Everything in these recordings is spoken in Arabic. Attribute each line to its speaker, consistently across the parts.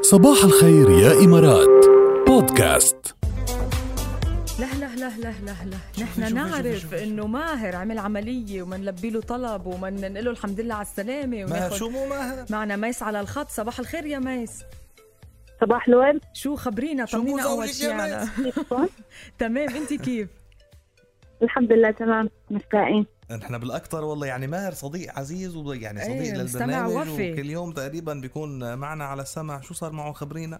Speaker 1: صباح الخير يا إمارات بودكاست
Speaker 2: لا لا لا لا لا لا
Speaker 3: شوفي-
Speaker 2: نحن
Speaker 3: شوفي-
Speaker 2: نعرف
Speaker 3: شوفي- شوفي.
Speaker 2: انه ماهر عمل عمليه وما نلبي له طلب وما ننقل له الحمد لله على السلامه
Speaker 3: ما
Speaker 2: وناخذ
Speaker 3: شو مو ماهر
Speaker 2: معنا ميس على الخط صباح الخير يا ميس
Speaker 4: صباح الورد
Speaker 2: شو خبرينا
Speaker 3: شو
Speaker 2: طمنينا
Speaker 3: مو
Speaker 2: اول
Speaker 3: زوجك
Speaker 2: شيء
Speaker 3: يا
Speaker 2: على
Speaker 4: كيفكم؟
Speaker 2: تمام انت كيف
Speaker 4: الحمد لله تمام مستائين
Speaker 3: نحن بالاكثر والله يعني ماهر صديق عزيز ويعني صديق
Speaker 2: إيه، مستمع
Speaker 3: للبرنامج
Speaker 2: وفي.
Speaker 3: وكل يوم تقريبا بيكون معنا على السمع شو صار معه خبرينا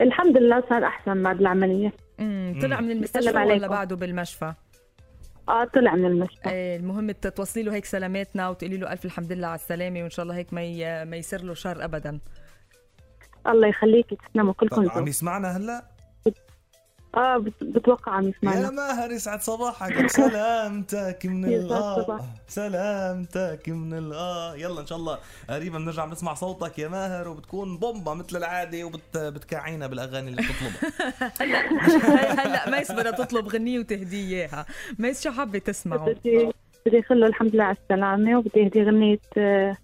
Speaker 4: الحمد لله صار احسن بعد العمليه
Speaker 2: امم طلع من المستشفى
Speaker 4: يسلم
Speaker 2: ولا
Speaker 4: عليكم.
Speaker 2: بعده بالمشفى
Speaker 4: اه طلع من المشفى
Speaker 2: آه، المهم ت- توصلي له هيك سلاماتنا وتقولي له الف الحمد لله على السلامه وان شاء الله هيك ما ي- ما يصير له شر ابدا
Speaker 4: الله يخليك تسلموا
Speaker 3: طب
Speaker 4: كلكم
Speaker 3: عم
Speaker 4: زوج.
Speaker 3: يسمعنا هلا
Speaker 4: اه بت- بتوقع عم
Speaker 3: يا
Speaker 4: يسمعنا
Speaker 3: ماهر يسعد صباحك سلامتك من
Speaker 4: يسعد
Speaker 3: القاع
Speaker 4: صباح.
Speaker 3: سلامتك من القاع يلا ان شاء الله قريبا بنرجع بنسمع صوتك يا ماهر وبتكون بومبا مثل العاده وبتكعينا بالاغاني اللي بتطلبها
Speaker 2: هلا هلا ميس بدها تطلب غنيه وتهديه اياها ميس شو حابه تسمعه
Speaker 4: بدي بدي اقول له الحمد لله على السلامه وبدي اهدي غنيه آه،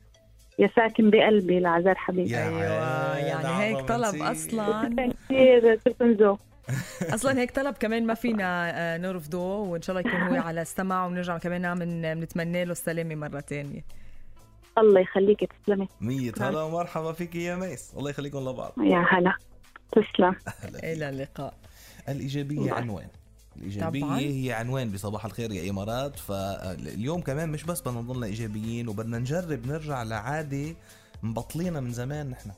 Speaker 4: يا ساكن بقلبي لعزار حبيبي
Speaker 2: ايوه
Speaker 3: عاد
Speaker 2: يعني
Speaker 3: على
Speaker 2: هيك طلب
Speaker 3: رومانسية.
Speaker 2: اصلا
Speaker 4: شكراً كثير تلفنزو
Speaker 2: اصلا هيك طلب كمان ما فينا آه، نرفضه وان شاء الله يكون هو على السمع ونرجع كمان من بنتمنى له السلامه مره تانية
Speaker 4: الله يخليك تسلمي
Speaker 3: مية هلا
Speaker 2: طيب.
Speaker 3: ومرحبا فيك يا ميس الله يخليكم لبعض
Speaker 4: يا هلا تسلم
Speaker 3: هلا فيك.
Speaker 2: الى اللقاء
Speaker 3: الإيجابية عنوان الإيجابية
Speaker 2: طبعاً.
Speaker 3: هي عنوان بصباح الخير يا إمارات فاليوم كمان مش بس بدنا نضلنا إيجابيين وبدنا نجرب نرجع لعادة مبطلينا من زمان نحن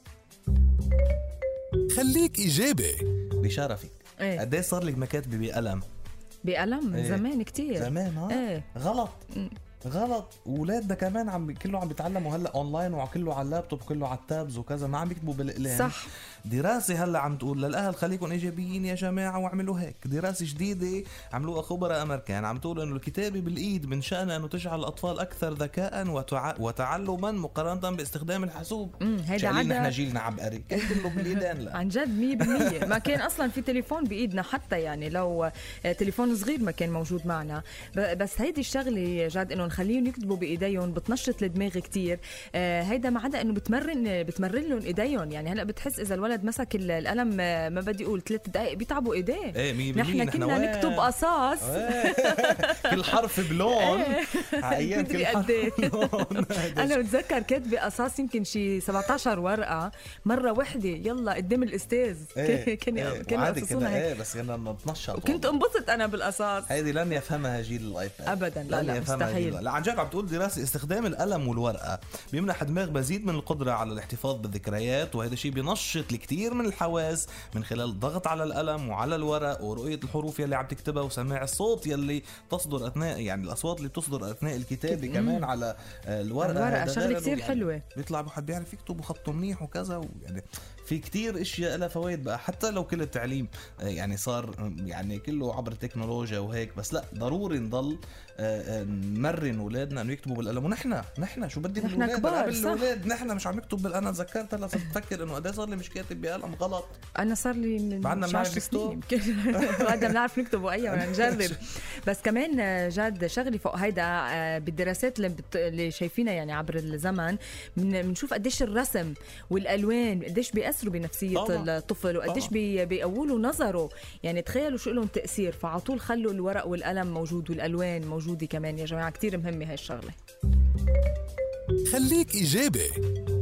Speaker 1: خليك إيجابي
Speaker 3: بشرفك
Speaker 2: ايه
Speaker 3: قد ايه صار لك مكاتبة بقلم
Speaker 2: بألم من
Speaker 3: إيه.
Speaker 2: زمان كتير
Speaker 3: زمان ها
Speaker 2: ايه
Speaker 3: غلط
Speaker 2: مم.
Speaker 3: غلط اولادنا كمان عم بي- كله عم بيتعلموا هلا اونلاين وكله على اللابتوب كله على التابز وكذا ما عم يكتبوا بالاقلام
Speaker 2: صح
Speaker 3: دراسة هلا عم تقول للأهل خليكم إيجابيين يا جماعة واعملوا هيك دراسة جديدة عملوها خبراء أمريكان عم تقول إنه الكتابة بالإيد من شأنها إنه تجعل الأطفال أكثر ذكاء وتع... وتعلما مقارنة باستخدام الحاسوب
Speaker 2: امم هيدا
Speaker 3: شايلين نحن
Speaker 2: عدا
Speaker 3: جيلنا عبقري كله بالإيدين لا
Speaker 2: عن جد 100% ما كان اصلا في تليفون بايدنا حتى يعني لو آه، تليفون صغير ما كان موجود معنا ب- بس هيدي الشغله جد انه نخليهم يكتبوا بايديهم بتنشط الدماغ كتير آه، هيدا ما عدا انه بتمرن بتمرن لهم ايديهم يعني هلا بتحس اذا الولد مسك ال- القلم آه، ما بدي اقول ثلاث دقائق بيتعبوا ايديه
Speaker 3: ايه 100%
Speaker 2: نحن كنا
Speaker 3: وين؟
Speaker 2: نكتب قصاص
Speaker 3: إيه. كل حرف بلون
Speaker 2: إيه.
Speaker 3: على أيام
Speaker 2: مدري
Speaker 3: كل حرف
Speaker 2: قد إيه.
Speaker 3: بلون هيدا
Speaker 2: انا بتذكر كاتبه قصاص يمكن شي 17 ورقه مره وحده يلا قدام الاستاذ
Speaker 3: إيه،
Speaker 2: كان
Speaker 3: إيه.
Speaker 2: كانوا
Speaker 3: وعادي إيه.
Speaker 2: يقصصونا
Speaker 3: كنا
Speaker 2: هيك
Speaker 3: ايه بس كنا بنتنشط
Speaker 2: وكنت انبسط انا بالقصاص
Speaker 3: هيدي لن يفهمها جيل الايباد
Speaker 2: أبداً، لا،
Speaker 3: لن
Speaker 2: لا،
Speaker 3: يفهمها
Speaker 2: مستحيل.
Speaker 3: جيل- لا عن جد عم تقول دراسه استخدام القلم والورقه بيمنح الدماغ مزيد من القدره على الاحتفاظ بالذكريات وهذا الشيء بينشط الكثير من الحواس من خلال الضغط على القلم وعلى الورق ورؤيه الحروف يلي عم تكتبها وسماع الصوت يلي تصدر اثناء يعني الاصوات اللي بتصدر اثناء الكتابه كمان على آه، الورقه
Speaker 2: الورقة
Speaker 3: هذا
Speaker 2: شغلة
Speaker 3: غير
Speaker 2: كتير
Speaker 3: يعني
Speaker 2: حلوة.
Speaker 3: بيطلع بحد بيعرف يكتب وخطه منيح وكذا ويعني في كتير اشياء لها فوائد بقى حتى لو كل التعليم آه، يعني صار آم، يعني كله عبر تكنولوجيا وهيك بس لا ضروري نضل آه، آه، نمرن اولادنا انه يكتبوا بالقلم ونحن نحن شو بدي من
Speaker 2: نحن
Speaker 3: الولاد
Speaker 2: كبار،
Speaker 3: أنا
Speaker 2: صح.
Speaker 3: بالولاد نحن مش عم نكتب بالقلم تذكرت هلا صرت بفكر انه قد إيه صار لي مش كاتب بقلم غلط
Speaker 2: انا صار لي من
Speaker 3: بعدنا
Speaker 2: مش
Speaker 3: بنعرف
Speaker 2: عشر سنين
Speaker 3: نكتب.
Speaker 2: يمكن. بعدنا بنعرف نكتب وايام بدنا نجرب بس كمان آه، جاد شغلي فوق هيدا آه، بالدراسات اللي, بت... اللي شايفينها يعني عبر الزمن من- بنشوف قديش الرسم والالوان قديش بياثروا بنفسيه
Speaker 3: طبعاً.
Speaker 2: الطفل وقديش
Speaker 3: طبعاً.
Speaker 2: بي... بيقووا له نظره يعني تخيلوا شو لهم تاثير فعلى طول خلوا الورق والقلم موجود والالوان موجوده كمان يا جماعه كتير مهمه هاي الشغله
Speaker 1: خليك إيجابي